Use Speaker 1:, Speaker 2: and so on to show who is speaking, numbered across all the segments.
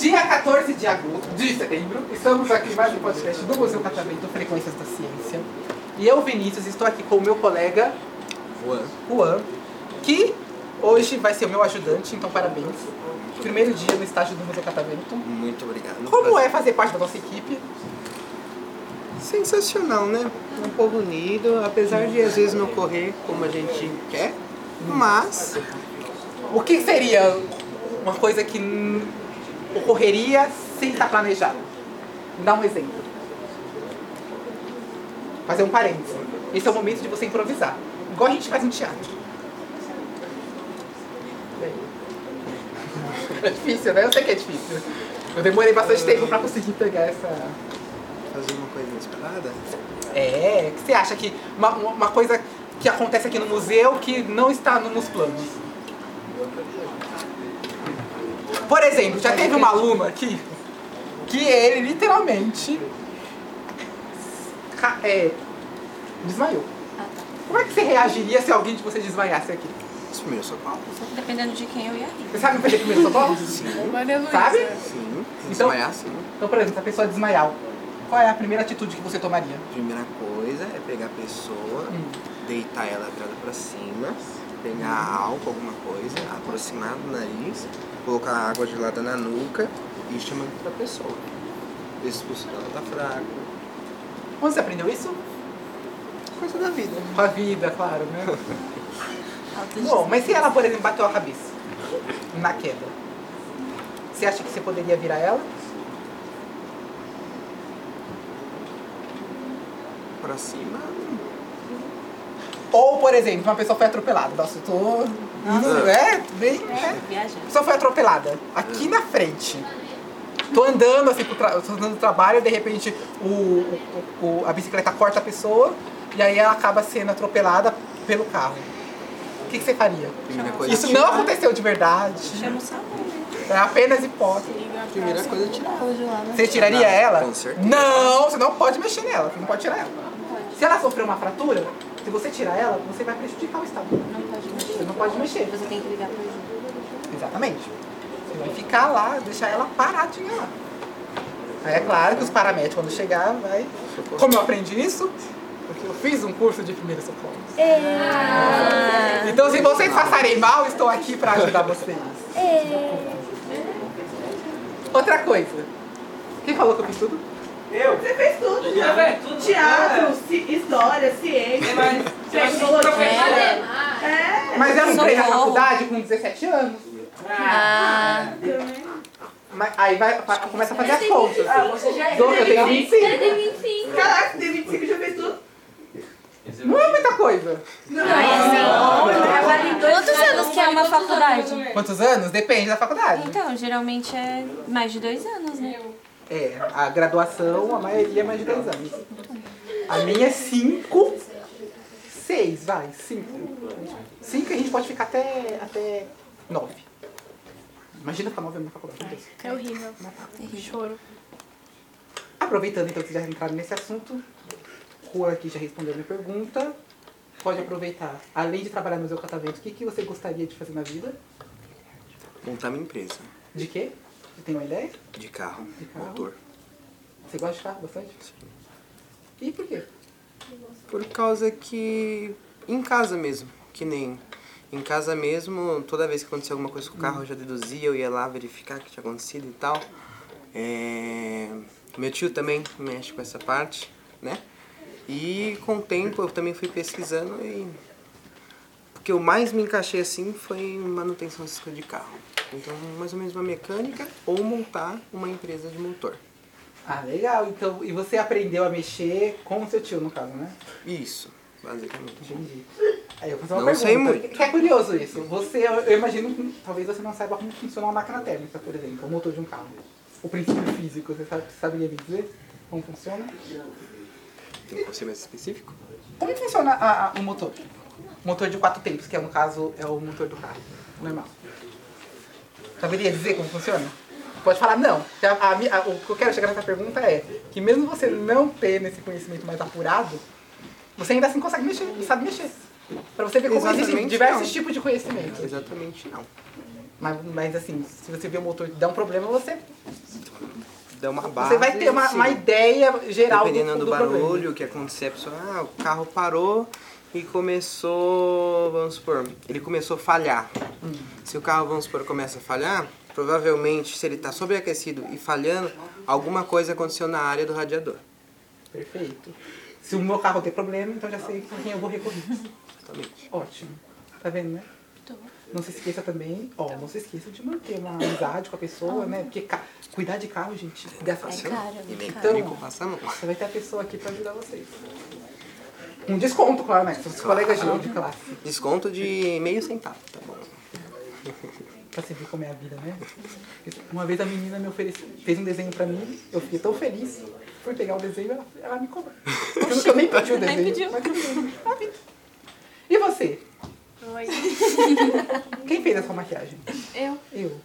Speaker 1: Dia 14 de agosto, de setembro, estamos aqui em mais um podcast do Museu Catavento Frequências da Ciência. E eu, Vinícius, estou aqui com o meu colega
Speaker 2: Juan.
Speaker 1: Juan, que hoje vai ser o meu ajudante, então parabéns. Primeiro dia no estágio do Museu Catavento.
Speaker 2: Muito obrigado.
Speaker 1: Como é fazer parte da nossa equipe?
Speaker 3: Sensacional, né? Um povo unido, apesar de às vezes não correr como a gente quer, mas
Speaker 1: O que seria uma coisa que hum, ocorreria sem estar planejado? Me Dá um exemplo. Fazer um parênteses. Esse é o momento de você improvisar. Igual a gente faz no teatro. É difícil, né? Eu sei que é difícil. Eu demorei bastante tempo pra conseguir pegar essa.
Speaker 3: fazer uma coisa inesperada.
Speaker 1: É, o que você acha que uma, uma- uma coisa que acontece aqui no museu que não está no- nos planos? Por exemplo, já teve uma aluna aqui que ele literalmente ca- é, desmaiou. Como é que você reagiria se alguém de você desmaiasse aqui?
Speaker 3: Isso meu socorro.
Speaker 4: Dependendo de quem eu ia rir.
Speaker 1: Você sabe fazer primeiro socorro?
Speaker 4: Maria Luísa.
Speaker 1: Sabe?
Speaker 3: Sim,
Speaker 1: Então-
Speaker 3: desmaiar sim.
Speaker 1: Então, por exemplo, se a pessoa desmaiar, qual é a primeira atitude que você tomaria?
Speaker 3: Primeira coisa é pegar a pessoa,
Speaker 1: Hum.
Speaker 3: deitar ela virada pra cima,
Speaker 1: Hum.
Speaker 3: pegar álcool, alguma coisa, aproximar do nariz, colocar a água gelada na nuca e chamar outra pessoa. Ver se o pulso dela tá fraco.
Speaker 1: Onde você aprendeu isso?
Speaker 3: Coisa da vida.
Speaker 1: Com a vida, claro, né?
Speaker 4: Altas
Speaker 1: Bom, mas se ela, por exemplo, bateu a cabeça na queda, você acha que você poderia virar ela?
Speaker 3: Pra cima,
Speaker 1: Ou, por exemplo, uma pessoa foi atropelada. Nossa, eu tô. Isso, é, bem.
Speaker 4: distâncias.
Speaker 1: É.
Speaker 4: É, viajando.
Speaker 1: A pessoa foi atropelada, aqui na frente. Tô andando, assim, pro tra... tô andando no trabalho, de repente o, o- o- o- a bicicleta corta a pessoa e aí ela acaba sendo atropelada pelo carro. O que, que você faria?
Speaker 3: primeira
Speaker 4: Isso
Speaker 3: coisa. é
Speaker 1: Isso
Speaker 3: tirar.
Speaker 1: não aconteceu de verdade.
Speaker 4: Chama o Samu, né?
Speaker 1: É apenas hipótese.
Speaker 3: Primeira coisa é tirar.
Speaker 4: Fala de lá, né?
Speaker 1: Você tiraria
Speaker 3: Não,
Speaker 1: ela?
Speaker 3: com certeza.
Speaker 1: Não, você não pode mexer nela, você não pode tirar ela. Se ela sofrer uma fratura, se você tirar ela, você vai prejudicar o estado.
Speaker 4: Não pode mexer.
Speaker 1: Você não pode mexer.
Speaker 4: Você tem que ligar pra ele.
Speaker 1: Exatamente. Você vai ficar lá, deixar ela paradinha lá. Aí é claro que os paramédicos, quando chegar, vai. Como eu aprendi isso? Porque eu fiz um curso de primeiro socorro.
Speaker 4: Ah.
Speaker 1: Então, se vocês passarem mal, estou aqui para ajudar vocês. Outra coisa. Quem falou que eu fiz tudo?
Speaker 5: Você fez tudo, É. já. Teatro, ci- história, ciência, tecnologia. É.
Speaker 1: Mas eu entrei na
Speaker 4: Socorro.
Speaker 1: faculdade com 17 anos.
Speaker 4: Ah,
Speaker 1: Mas aí vai, fa- começa a fazer as contas.
Speaker 5: Ah, você já é.
Speaker 1: Eu tenho 25.
Speaker 5: Caraca, você tem 25 e já fez tudo.
Speaker 1: Não é muita coisa.
Speaker 4: quantos anos que é uma faculdade?
Speaker 1: Quantos anos? Depende da faculdade.
Speaker 4: Então, geralmente é mais de dois anos, né?
Speaker 1: É, a graduação, a maioria é mais de 10 anos. A minha é 5, 6, vai, 5. 5 a gente pode ficar até, até 9. Imagina ficar 9 anos na faculdade. meu Deus.
Speaker 6: É horrível. Choro.
Speaker 1: Aproveitando então que vocês já entraram nesse assunto, Juan aqui já respondeu minha pergunta. Pode aproveitar. Além de trabalhar no Museu Catavento, o que, que você gostaria de fazer na vida?
Speaker 3: Montar minha empresa
Speaker 1: De quê? Você tem uma ideia?
Speaker 3: de carro,
Speaker 1: carro?
Speaker 3: motor.
Speaker 1: Você gosta de carro bastante? Sim. E por quê?
Speaker 3: Por causa que em casa mesmo, que nem em casa mesmo, toda vez que acontecia alguma coisa com o carro, eu já deduzia, eu ia lá verificar o que tinha acontecido e tal. É, Meu tio também mexe com essa parte, né? E com o tempo eu também fui pesquisando e o que eu mais me encaixei assim foi em manutenção assistida de carro. Então, mais ou menos uma mecânica ou montar uma empresa de motor.
Speaker 1: Ah, legal. Então, e você aprendeu a mexer com o seu tio, no caso, né?
Speaker 3: Isso, basicamente.
Speaker 1: Entendi. Aí eu vou fazer uma
Speaker 3: Não
Speaker 1: pergunta.
Speaker 3: sei muito.
Speaker 1: Que é curioso isso. Você, eu eu imagino que talvez você não saiba como funciona uma máquina térmica, por exemplo, o motor de um carro. O princípio físico, você sabe, saberia me dizer como funciona?
Speaker 3: Tem que ser mais específico?
Speaker 1: Como é funciona a- a- o motor? O motor de quatro tempos, que é, no caso é o motor do carro, normal. Saberia dizer como funciona? Pode falar, não. Já- a mi- a- o que eu quero chegar nessa pergunta é que mesmo você não tendo esse conhecimento mais apurado, você ainda assim consegue mexer, sabe mexer. Pra você ver como existem
Speaker 3: Exatamente,
Speaker 1: diversos
Speaker 3: não.
Speaker 1: tipos de conhecimento.
Speaker 3: Exatamente não.
Speaker 1: Mas, mas assim, se você vê o motor dar um problema, você,
Speaker 3: Dá uma base.
Speaker 1: você vai ter uma,
Speaker 3: sim.
Speaker 1: uma ideia geral
Speaker 3: Dependendo do,
Speaker 1: do, do problema.
Speaker 3: barulho, o que acontecer, a pessoa, ah, o carro parou e começou, vamos supor, ele começou a falhar.
Speaker 1: Hum.
Speaker 3: Se o carro, vamos supor, começa a falhar, provavelmente se ele está sobreaquecido e falhando, alguma coisa aconteceu na área do radiador.
Speaker 1: Perfeito. Se o meu carro tem problema, então já sei com quem eu vou recorrer.
Speaker 3: Exatamente.
Speaker 1: Ótimo. Tá vendo, né? Não se esqueça também, ó,
Speaker 4: Então.
Speaker 1: não se esqueça de manter uma amizade com a pessoa, né? Porque ca- cuidar de carro, gente, dessa
Speaker 4: É caro,
Speaker 3: E nem
Speaker 4: é
Speaker 1: Então-
Speaker 4: caro.
Speaker 3: público passa a mão.
Speaker 1: Você vai ter a pessoa aqui pra ajudar vocês. Um desconto, claro, né? Os colegas de, de classe.
Speaker 3: Desconto de meio centavo, tá bom?
Speaker 1: Pra você ver como é a vida, né? Uma vez a menina me ofereceu, fez um desenho pra mim, eu fiquei tão feliz. Fui pegar o desenho e ela, ela me cobrou. Eu, eu nem pedi o
Speaker 4: Nem
Speaker 1: desenho.
Speaker 4: pediu.
Speaker 1: mas tudo bem. Ah, bem. E você?
Speaker 6: Oi.
Speaker 1: Quem fez essa maquiagem?
Speaker 6: Eu,
Speaker 1: Eu.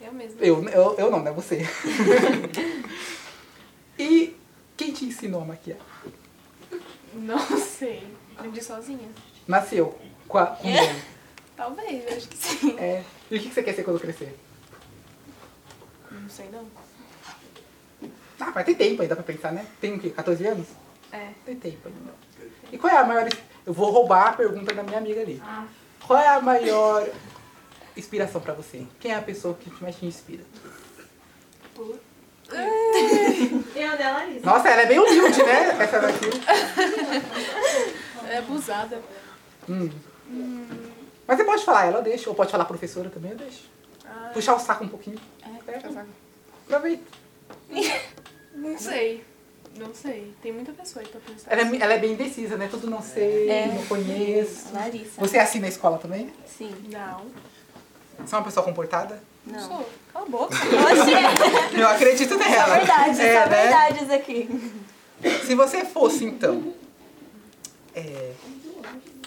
Speaker 6: eu mesma.
Speaker 1: Eu, eu, eu não, né? Você. e quem te ensinou a maquiar?
Speaker 6: Não sei. Aprendi sozinha.
Speaker 1: Nasceu com a. com dom.
Speaker 6: Talvez, acho que sim.
Speaker 1: É. E o que que você quer ser quando crescer?
Speaker 6: Não sei não.
Speaker 1: Ah, mas tem tempo ainda pra pensar, né? Tem o quê? 14 anos?
Speaker 6: É.
Speaker 1: Tem tempo ainda. E qual é a maior. Eu vou roubar a pergunta da minha amiga ali. Qual é a maior inspiração pra você? Quem é a pessoa que mais te inspira?
Speaker 5: Eu da Larissa.
Speaker 1: Nossa, ela é bem humilde, né? Essa daqui.
Speaker 6: É abusada.
Speaker 1: Hum. Mas você pode falar ela, eu deixo. Ou pode falar professora também, eu deixo.
Speaker 6: Ah,
Speaker 1: Puxar o saco um pouquinho. É. Aproveita.
Speaker 6: não sei. Não sei. Tem muita pessoa aí pra pensar.
Speaker 1: Ela é, ela é bem indecisa, né? Tudo não sei,
Speaker 4: É.
Speaker 1: não conheço.
Speaker 4: Larissa.
Speaker 1: Você é assim na escola também?
Speaker 4: Sim.
Speaker 6: Não.
Speaker 1: Você é uma pessoa comportada?
Speaker 6: Não
Speaker 4: Não.
Speaker 6: sou. Cala a boca.
Speaker 4: Oxê,
Speaker 1: Eu acredito
Speaker 4: só
Speaker 1: nela.
Speaker 4: verdades,
Speaker 1: É,
Speaker 4: só
Speaker 1: né?
Speaker 4: verdades aqui.
Speaker 1: Se você fosse, então, é,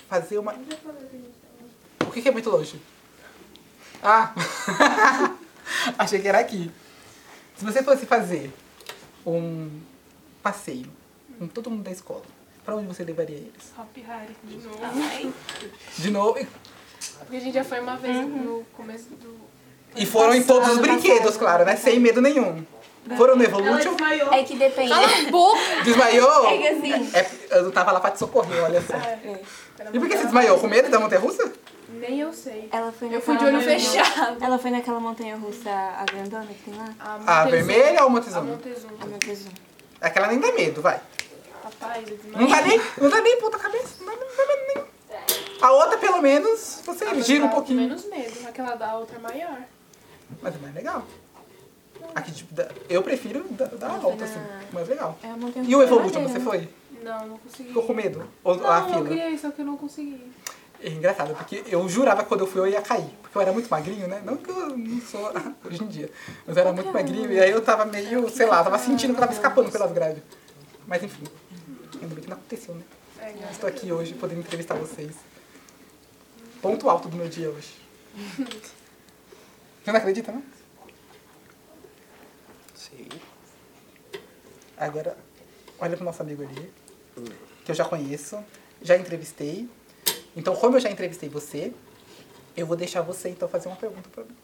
Speaker 1: fazer uma... O que, que é muito longe? Ah! Achei que era aqui. Se você fosse fazer um passeio com todo mundo da escola, pra onde você levaria eles?
Speaker 6: Hop Harry. De novo.
Speaker 1: De novo, e-
Speaker 6: Porque a gente já foi uma vez no começo do...
Speaker 1: e foram em todos os brinquedos, claro, né? Sem medo nenhum. Foram no
Speaker 5: Ela
Speaker 1: Evolution,
Speaker 5: desmaiou.
Speaker 4: É que depende.
Speaker 1: desmaiou.
Speaker 4: É que assim.
Speaker 1: É, eu não tava lá pra te socorrer, olha só.
Speaker 6: Era
Speaker 1: E por
Speaker 6: muito-
Speaker 1: que você desmaiou? Com medo da montanha russa?
Speaker 6: Nem eu sei.
Speaker 4: Ela foi
Speaker 6: Eu fui de
Speaker 4: naquela
Speaker 6: olho
Speaker 4: montanha-
Speaker 6: fechado.
Speaker 4: Ela foi naquela montanha russa, a grandona que tem lá.
Speaker 1: A
Speaker 6: Montezuma.
Speaker 1: Ah, vermelha ou a
Speaker 6: A
Speaker 1: Montezuma?
Speaker 6: Montezuma.
Speaker 4: Ah, meu Deus.
Speaker 1: Aquela nem dá medo, vai.
Speaker 6: Rapaz, eu desmaiei.
Speaker 1: Não dá nem, não dá nem puta cabeça. Não dá não dá medo nenhum. A outra, pelo menos, você
Speaker 6: Mas
Speaker 1: gira um
Speaker 6: dá
Speaker 1: pouquinho.
Speaker 6: Menos medo. Aquela da outra é maior.
Speaker 1: Mas é mais legal. Aqui, tipo, da- eu prefiro da, da alta, assim. Mais legal.
Speaker 4: É a montanha russa.
Speaker 1: E o Evolution,
Speaker 4: maneira,
Speaker 1: você
Speaker 4: né?
Speaker 1: foi?
Speaker 6: Não, não consegui.
Speaker 1: Ficou com medo? Ou
Speaker 6: Não,
Speaker 1: a
Speaker 6: eu
Speaker 1: fila?
Speaker 6: queria ir, só que eu não consegui.
Speaker 1: É engraçado, porque eu jurava que quando eu fui eu ia cair. Porque eu era muito magrinho, né? Não que eu não sou hoje em dia. Mas eu era muito magrinho e aí eu tava meio, sei lá, tava sentindo que eu tava escapando pelas grades. Mas enfim, ainda bem que não aconteceu, né?
Speaker 6: É,
Speaker 1: Eu
Speaker 6: graças
Speaker 1: Estou aqui hoje podendo entrevistar vocês. Ponto alto do meu dia hoje. Você não acredita, não?
Speaker 3: Sim.
Speaker 1: Agora, olha pro nosso amigo ali, que eu já conheço, já entrevistei. Então, como eu já entrevistei você, eu vou deixar você então fazer uma pergunta pra mim.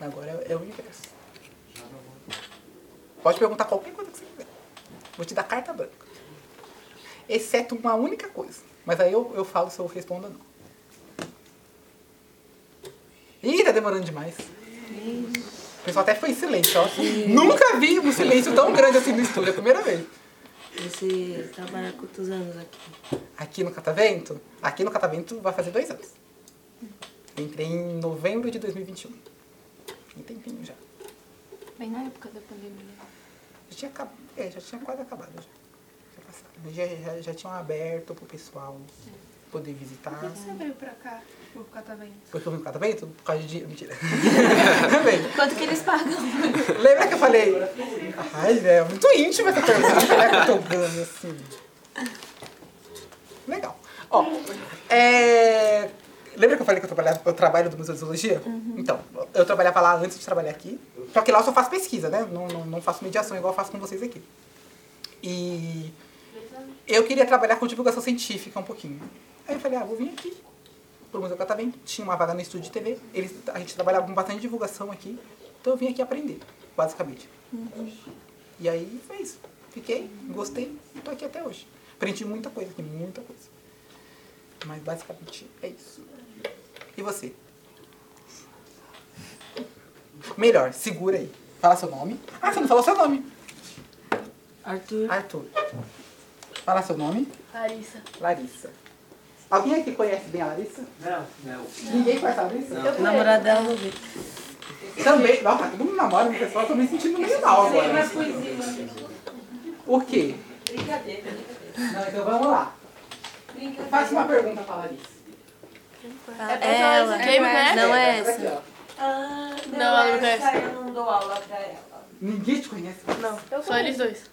Speaker 1: Agora é- é o inverso. Pode perguntar qualquer coisa que você quiser. Vou te dar carta branca. Exceto uma única coisa. Mas aí eu, eu falo se eu respondo ou não. Ih, tá demorando demais. O pessoal até foi em silêncio, ó. Nunca vi um silêncio tão grande assim no estúdio, é a primeira vez.
Speaker 2: Você trabalha quantos anos aqui?
Speaker 1: Aqui no Catavento? Aqui no Catavento vai fazer dois anos. Eu entrei em novembro de 2021. Tem tempinho já.
Speaker 4: Bem na época da pandemia.
Speaker 1: Já tinha, acab- é, já tinha quase acabado já. Já, passado. já, já, já tinham aberto pro pessoal poder visitar.
Speaker 6: Por que você veio pra cá? tá Por Catavento.
Speaker 1: Porque eu vim no Catavento? Por causa de dinheiro. Mentira. Também.
Speaker 4: Quanto que eles pagam?
Speaker 1: Lembra que eu falei? Ai, é muito íntima essa pergunta, né? Que eu tô dando, assim. Legal. Ó, é... Lembra que eu falei que eu, trabalhava, eu trabalho do Museu de Zoologia? Então, eu trabalhava lá antes de trabalhar aqui. Só que lá eu só faço pesquisa, né? Não, não, não faço mediação igual eu faço com vocês aqui. E eu queria trabalhar com divulgação científica um pouquinho. Aí eu falei, ah, vou vir aqui pro Museu Catavento. Tinha uma vaga no estúdio de TV. Eles, a gente trabalhava com bastante divulgação aqui. Então eu vim aqui aprender, basicamente. E aí foi isso. Fiquei, gostei, tô aqui até hoje. Aprendi muita coisa aqui, muita coisa. Mas basicamente é isso. E você? Melhor, segura aí. Fala seu nome. Ah, você não falou seu nome.
Speaker 2: Arthur.
Speaker 1: Arthur. Fala seu nome.
Speaker 5: Larissa.
Speaker 1: Larissa. Alguém aqui conhece bem a Larissa?
Speaker 7: Não, não.
Speaker 1: Ninguém conhece a Larissa?
Speaker 2: O namorado dela não vê.
Speaker 1: Também. Nossa, tá todo mundo namora, o pessoal tá me sentindo meio mal
Speaker 7: é
Speaker 1: agora. O quê?
Speaker 5: Brincadeira.
Speaker 1: Não, então vamos lá. Faça uma pergunta pra Larissa.
Speaker 2: É Ela.
Speaker 6: Game, É né?
Speaker 2: Não é
Speaker 1: Essa
Speaker 2: essa.
Speaker 1: daqui, ó.
Speaker 5: Ah, não,
Speaker 6: Não, ela não
Speaker 5: essa eu não dou aula pra ela.
Speaker 1: Ninguém te conhece. Não.
Speaker 6: Só eles dois.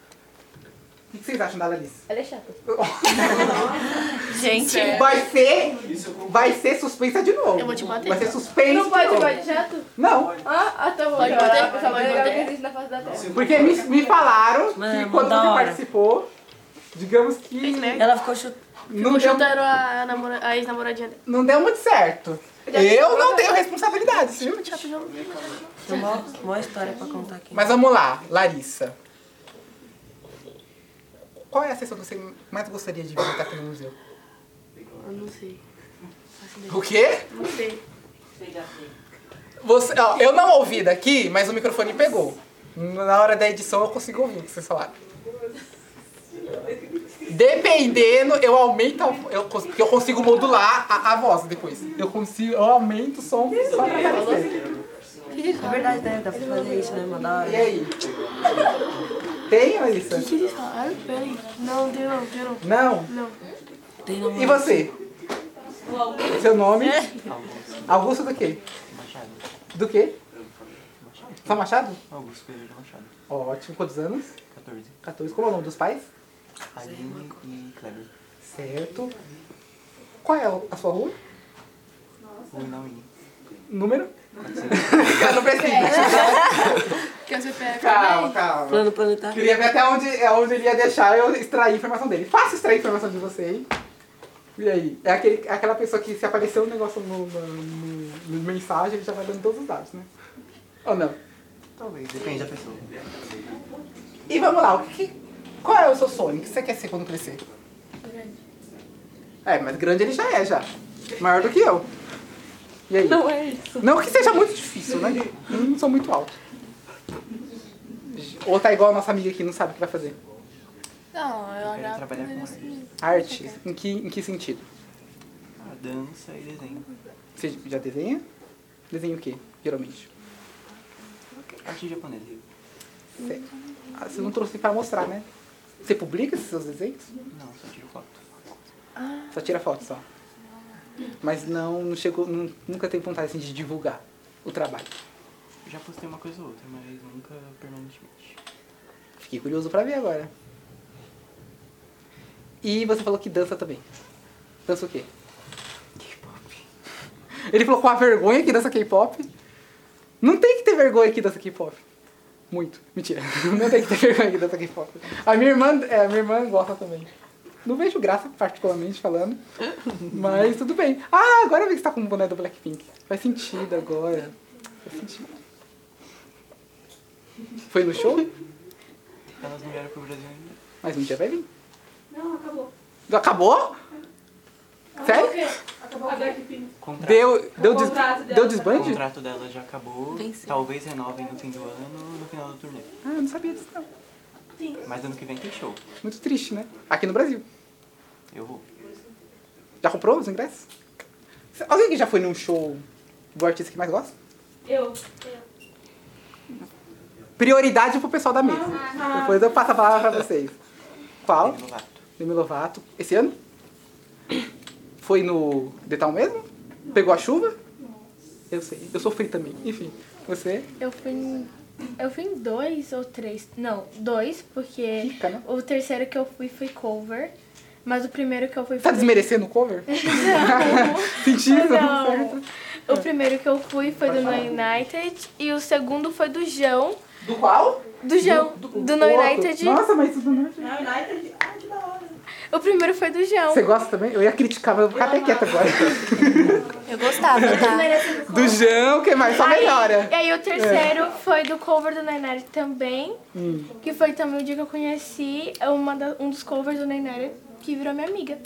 Speaker 1: O que vocês acham da Larissa?
Speaker 5: Ela é chata.
Speaker 2: Gente.
Speaker 1: Vai ser.
Speaker 7: Isso eu concordo.
Speaker 1: Vai ser suspensa de novo.
Speaker 6: Eu vou te bater.
Speaker 1: Vai ser suspensa
Speaker 5: Não
Speaker 1: de
Speaker 5: pode
Speaker 1: novo.
Speaker 5: jogar de jato?
Speaker 1: Não,
Speaker 5: Ah, ah, tá bom.
Speaker 6: Pode
Speaker 5: tá.
Speaker 6: bater? Só pode
Speaker 5: É legal
Speaker 6: bater?
Speaker 5: que existe na face da terra.
Speaker 1: porque me, me falaram
Speaker 2: Mano,
Speaker 1: que quando
Speaker 2: da
Speaker 1: você
Speaker 2: hora.
Speaker 1: participou, digamos que
Speaker 2: Ela ficou chutando.
Speaker 1: não deu,
Speaker 6: Chutaram a, namora- a ex-namoradinha dela.
Speaker 1: não deu muito certo. Eu não tenho responsabilidades, viu?
Speaker 6: um
Speaker 2: Tem uma maior história pra contar aqui.
Speaker 1: Mas vamos lá, Larissa. Qual é a sessão que você mais gostaria de visitar aqui no museu?
Speaker 6: Eu não sei.
Speaker 1: O quê?
Speaker 6: Não sei.
Speaker 1: Você, ó, eu não ouvi daqui, mas o microfone pegou. Na hora da edição eu consigo ouvir o que vocês falaram. Dependendo, eu aumento, a- eu, cons- porque eu consigo modular a, a voz depois. Eu consigo, eu aumento o som. só pra aparecer.
Speaker 2: É verdade, né? Dá pra fazer isso, né? Uma da hora.
Speaker 1: E aí? Tem, Larissa?
Speaker 6: O que eles falaram? Peraí. Não, deu não, deu não.
Speaker 1: Não?
Speaker 6: Não.
Speaker 2: Tem
Speaker 1: E
Speaker 2: namorado.
Speaker 1: você? Seu nome?
Speaker 6: É.
Speaker 1: Augusto do quê? Do quê? Só Machado?
Speaker 7: Augusto Pereira Machado,
Speaker 1: Ótimo, quantos anos?
Speaker 7: 14.
Speaker 1: 14. Qual é o nome dos pais?
Speaker 7: Aline e Kleber.
Speaker 1: Certo. Qual é a sua rua?
Speaker 7: Rui Nauin.
Speaker 1: Número? não precisa.
Speaker 6: Quer é o CPF?
Speaker 1: Calma, calma.
Speaker 2: Plano planetário.
Speaker 1: Queria ver até onde, é onde ele ia deixar eu extrair a informação dele. Faça extrair a informação de você, hein? E aí? É, aquele, é aquela pessoa que se aparecer um negócio no, no, no- no mensagem, ele já vai dando todos os dados, né? Ou não?
Speaker 7: Talvez, depende da pessoa.
Speaker 1: E vamos lá, o que, qual é o seu sonho? O que você quer ser quando crescer? Grande. É, mas grande ele já é, já. Maior do que eu. E aí? Não é isso. Não que seja muito difícil, né? Eu não sou muito alto. Ou tá igual a nossa amiga que não sabe o que vai fazer.
Speaker 6: Não, eu
Speaker 7: Quero
Speaker 6: já...
Speaker 7: trabalhar com arte.
Speaker 1: Arte? Em que, em que sentido?
Speaker 7: Ah, dança e desenho.
Speaker 1: Você já desenha? Desenha o quê, geralmente?
Speaker 7: Arte japonesa.
Speaker 1: Você, ah, você não trouxe pra mostrar, né? Você publica esses seus desenhos?
Speaker 7: Não, só tiro foto.
Speaker 1: Só tira foto só. Mas não, não chegou, nu- nunca teve vontade assim, de divulgar o trabalho.
Speaker 7: Já postei uma coisa ou outra, mas nunca permanentemente.
Speaker 1: Fiquei curioso pra ver agora. E você falou que dança também. Dança o quê? K-pop. Ele falou com a vergonha que dança K-pop. Não tem que ter vergonha que dança K-pop. Muito. Mentira. Não tem que ter vergonha que dança K-pop. A minha irmã, é, a minha irmã gosta também. Não vejo graça, particularmente falando. Mas tudo bem. Ah, agora eu vi que você tá com o boné do Blackpink. Faz sentido agora. Faz sentido. Foi no show?
Speaker 7: Elas não vieram pro Brasil ainda.
Speaker 1: Mas um dia vai vir.
Speaker 5: Não, acabou.
Speaker 1: Acabou? Sério?
Speaker 5: Acabou a Blackpink.
Speaker 7: Contrato.
Speaker 1: Deu, deu, des...
Speaker 5: contrato dela
Speaker 1: deu
Speaker 5: já
Speaker 7: O
Speaker 1: desbande? Ah,
Speaker 7: contrato dela já acabou.
Speaker 2: Venceu.
Speaker 7: Talvez renovem no fim do ano, no final do turnê.
Speaker 1: Ah, eu não sabia disso não.
Speaker 7: Mas ano que vem tem show.
Speaker 1: Muito triste, né? Aqui no Brasil.
Speaker 7: Eu vou.
Speaker 1: Já comprou os ingressos? Cê- Alguém que já foi num show do artista que mais gosta?
Speaker 5: Eu.
Speaker 1: Prioridade pro pessoal da mesa. Depois eu passo a palavra pra vocês. Qual?
Speaker 7: Demi Lovato.
Speaker 1: Demi Lovato. Esse ano? Foi no Detal mesmo? Pegou a chuva? Eu sei. Eu sofri também. Enfim. Você?
Speaker 8: Eu fui em, eu fui em dois ou três. Não, dois, porque
Speaker 1: Rica, né?
Speaker 8: o terceiro que eu fui foi cover. Mas o primeiro que eu fui
Speaker 1: Tá
Speaker 8: foi.
Speaker 1: desmerecendo o cover? Sentido?
Speaker 8: Não. O primeiro que eu fui foi do No United e o segundo foi do João.
Speaker 1: Do qual?
Speaker 8: Do João. Do, No
Speaker 1: outro.
Speaker 8: United.
Speaker 1: Nossa, mas do No United.
Speaker 5: Não, United. Ah, que da hora.
Speaker 8: O primeiro foi do João.
Speaker 1: Você gosta também? Eu ia criticar, mas eu vou ficar até quieta agora.
Speaker 4: Eu gostava, tá?
Speaker 1: Do Jão, o que mais? Só melhora.
Speaker 8: é E aí o terceiro foi do cover do Nainari também,
Speaker 1: Hum.
Speaker 8: que foi também o dia que eu conheci é uma da- um dos covers do Nainari que virou minha amiga.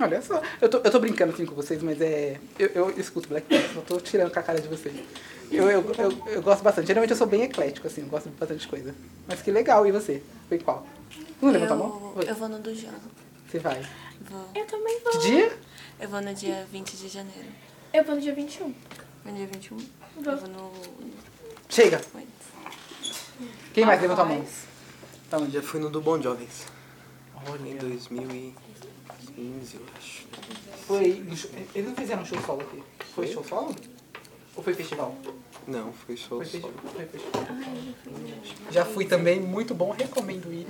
Speaker 1: Olha só, eu tô, eu tô brincando assim com vocês, mas é. Eu, eu escuto Black Panther, só tô tirando com a cara de vocês. Eu, eu, eu, eu gosto bastante. Geralmente eu sou bem eclético, assim, eu gosto de bastante coisa. Mas que legal, e você? Foi qual? Não
Speaker 2: Tá
Speaker 1: levantou a mão?
Speaker 4: Eu,
Speaker 1: Foi.
Speaker 4: eu vou no do João.
Speaker 1: Você vai.
Speaker 4: Vou.
Speaker 8: Eu também vou.
Speaker 1: Que dia?
Speaker 4: Eu vou no dia 20 de janeiro.
Speaker 8: Eu vou no dia 21.
Speaker 4: No dia 21.
Speaker 8: Vou.
Speaker 4: Eu vou no.
Speaker 1: Chega!
Speaker 4: antes.
Speaker 1: Quem mais levantou a mão? Tá onde?
Speaker 3: Já fui no do Bom Jovens. Em
Speaker 7: Olha,
Speaker 3: 2015, eu acho.
Speaker 1: Foi. no show- Eles não fizeram um show solo aqui. Foi show solo? Ou foi festival?
Speaker 3: Não, foi show
Speaker 1: Foi
Speaker 3: só.
Speaker 1: festival. Foi festival. Já fui também, muito bom, recomendo ir.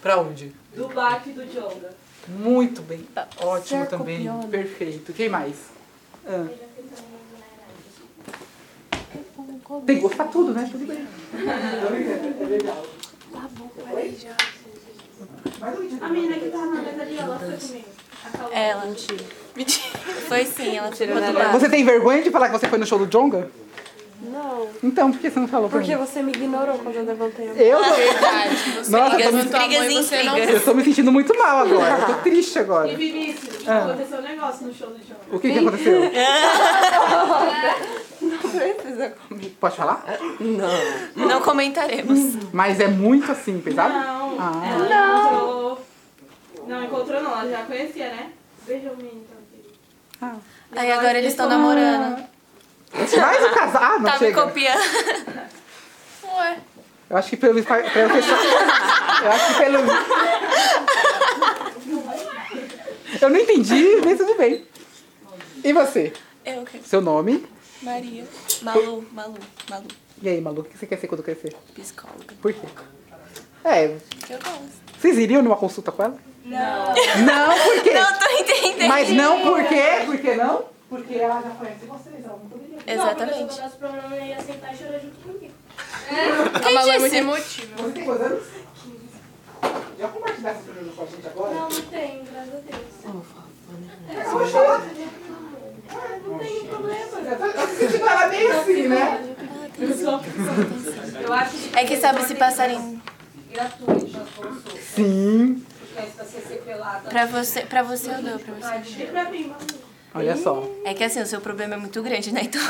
Speaker 1: Pra onde?
Speaker 5: Do baque do Jonga.
Speaker 1: Muito bem.
Speaker 8: Tá.
Speaker 1: Ótimo
Speaker 8: Cerco
Speaker 1: também.
Speaker 8: piano.
Speaker 1: Perfeito. Quem mais? Ah. Tem gosto pra tudo, né? Tudo bem. É legal.
Speaker 5: A menina que tava na mesa ali, ela foi comigo.
Speaker 4: É, Ela. Mentira. Foi sim, ela tirou
Speaker 6: né?
Speaker 4: do lado.
Speaker 1: Você tem vergonha de falar que você foi no show do Jonga?
Speaker 9: Não,
Speaker 1: Então, por que você não falou pra
Speaker 9: porque
Speaker 1: mim?
Speaker 9: você me ignorou quando eu levantei a mão.
Speaker 4: É
Speaker 1: Eu não.
Speaker 2: Verdade, você
Speaker 1: Nossa,
Speaker 2: liga
Speaker 1: eu tô
Speaker 2: pra tua
Speaker 4: intrigas
Speaker 2: mãe,
Speaker 4: em
Speaker 2: você não
Speaker 4: intrigas.
Speaker 1: Eu tô me sentindo muito mal agora. Eu tô triste
Speaker 5: E
Speaker 1: agora.
Speaker 5: Vinícius,
Speaker 1: Ah.
Speaker 5: aconteceu um negócio no show do Jonga.
Speaker 1: O que, que aconteceu?
Speaker 9: Precisa comigo.
Speaker 1: Pode falar?
Speaker 4: Não comentaremos.
Speaker 1: Mas é muito assim, pesado?
Speaker 5: Não,
Speaker 1: Ah.
Speaker 5: ela não. encontrou. Não encontrou, não, ela já conhecia, né? Beijou o menino. então, filho.
Speaker 4: Aí agora eles estão namorando.
Speaker 1: Mais um casal. Ah, não
Speaker 4: Tá me
Speaker 1: chega.
Speaker 4: copiando.
Speaker 8: Ué,
Speaker 1: Eu acho que pelo, pelo pessoal. Eu acho que pelo. Eu não entendi, mas tudo bem. E você?
Speaker 4: Eu quero.
Speaker 1: Seu nome?
Speaker 4: Maria. Malu, Malu, Malu.
Speaker 1: E aí, Malu, o que você quer ser quando crescer?
Speaker 4: Psicóloga.
Speaker 1: Por quê? É,
Speaker 4: Que eu gosto.
Speaker 1: vocês iriam numa consulta com ela? Não. Não, por quê?
Speaker 4: Não tô entendendo.
Speaker 1: Mas não por quê? Por que não? Porque ela já conhece vocês, ela não poderia.
Speaker 4: Exatamente. assim, tá
Speaker 6: A Malu é muito emotiva.
Speaker 1: Você tem quantos anos? 15. Já compartilhar essa pergunta com a gente agora? Não, não tem, graças a Deus. Não, não tem problema. Eu tô sentindo ela meio assim, né?
Speaker 5: Eu acho que
Speaker 4: É que sabe se passarinho.
Speaker 1: Sim.
Speaker 4: Pra você, pra você eu dou, pra você.
Speaker 5: e pra mim, mano.
Speaker 1: Olha só.
Speaker 4: É que assim, o seu problema é muito grande, né? Então.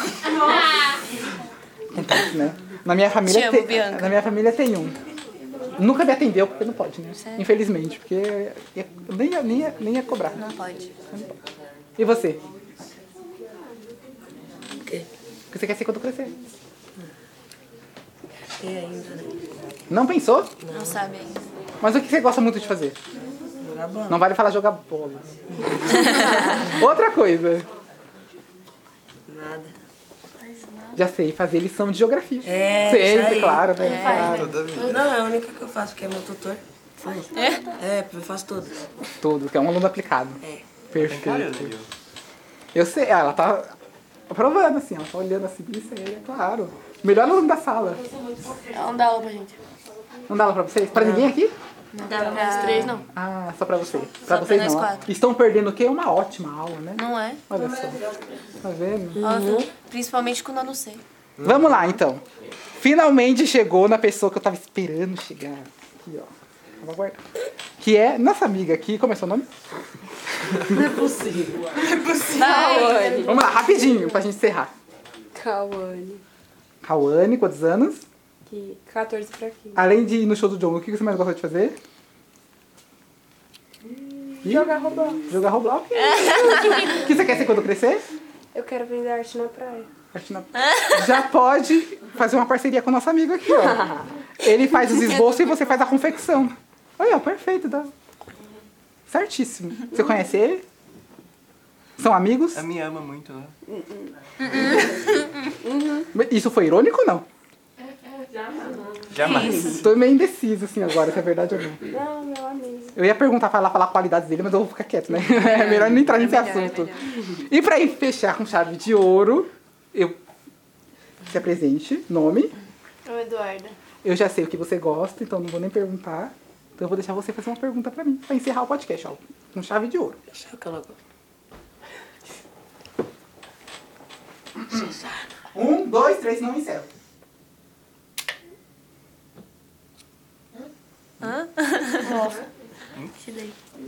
Speaker 1: Acontece, né? Na minha família
Speaker 4: Te amo,
Speaker 1: tem,
Speaker 4: Bianca.
Speaker 1: na minha família tem um. Nunca me atendeu porque não pode, né?
Speaker 4: Sério?
Speaker 1: Infelizmente, porque ia- nem ia, nem ia, nem ia cobrar.
Speaker 4: Não pode.
Speaker 1: E você? O que você quer ser quando crescer?
Speaker 2: É ainda, né?
Speaker 1: Não pensou?
Speaker 4: Não sabe ainda.
Speaker 1: Mas o que você gosta muito de fazer?
Speaker 2: Jogar bola.
Speaker 1: Não vale falar jogar bola. Outra coisa.
Speaker 2: Nada.
Speaker 1: Já sei, fazer lição de geografia.
Speaker 2: É, isso
Speaker 1: Sempre,
Speaker 2: aí.
Speaker 1: claro, né? Claro.
Speaker 3: Toda vida.
Speaker 2: Não, é a única que eu faço, que é meu tutor. É? É, eu faço todas.
Speaker 1: Tudo, que é um aluno aplicado.
Speaker 2: É.
Speaker 7: tem cara, né,
Speaker 1: Perfeito.
Speaker 7: Bill?
Speaker 1: Eu sei, ela tá aprovando, assim, ela tá olhando assim, isso aí, é claro. Melhor aluno da sala.
Speaker 9: Ela não dá aula pra gente.
Speaker 1: Não dá aula pra vocês? Pra ninguém aqui?
Speaker 4: Não dá pra.
Speaker 9: Três não.
Speaker 1: Ah, só pra vocês. Pra
Speaker 4: pra
Speaker 1: vocês
Speaker 4: nós
Speaker 1: não. ó.
Speaker 4: quatro.
Speaker 1: Estão perdendo o quê? Uma ótima aula, né?
Speaker 4: Não é?
Speaker 1: Olha só. Tá vendo?
Speaker 4: Óbvio. Principalmente quando eu não sei.
Speaker 1: Vamos lá, então. Finalmente chegou na pessoa que eu tava esperando chegar. Aqui, ó. Tava aguardando. Que é nossa amiga aqui. Como é seu nome?
Speaker 9: Kawane.
Speaker 1: Vamos lá, rapidinho, pra gente encerrar.
Speaker 9: Kawane.
Speaker 1: Cauane, quantos anos?
Speaker 9: Que 14 pra 15.
Speaker 1: Além de ir no show do John, o que você mais gosta de fazer?
Speaker 9: Hum,
Speaker 1: Ih, Jogar Roblox. Jogar Roblox? O que você quer ser quando crescer?
Speaker 9: Eu quero vender arte na praia.
Speaker 1: Acho que não. Já pode fazer uma parceria com o nosso amigo aqui, ó. Ele faz os esboços e você faz a confecção. Olha, ó, perfeito. Dá... Certíssimo. Você conhece ele? São amigos?
Speaker 7: Ela me ama muito, né?
Speaker 1: Isso foi irônico ou não?
Speaker 7: Jamais.
Speaker 1: Tô meio indeciso, assim, agora, se é verdade ou não.
Speaker 9: Não, meu amigo.
Speaker 1: Eu ia perguntar pra ela falar qualidades dele, mas eu vou ficar quieto, né? É melhor nem entrar nesse assunto. e pra ir fechar com chave de ouro, eu... Se apresente, nome.
Speaker 6: Eu, Eduarda.
Speaker 1: Eu já sei o que você gosta, então não vou nem perguntar. Então eu vou deixar você fazer uma pergunta pra mim, pra encerrar o podcast, ó. Com chave de ouro.
Speaker 2: Deixa eu colocar.
Speaker 1: Um, dois, três, não encerro.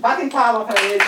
Speaker 1: Batem palma pra ele.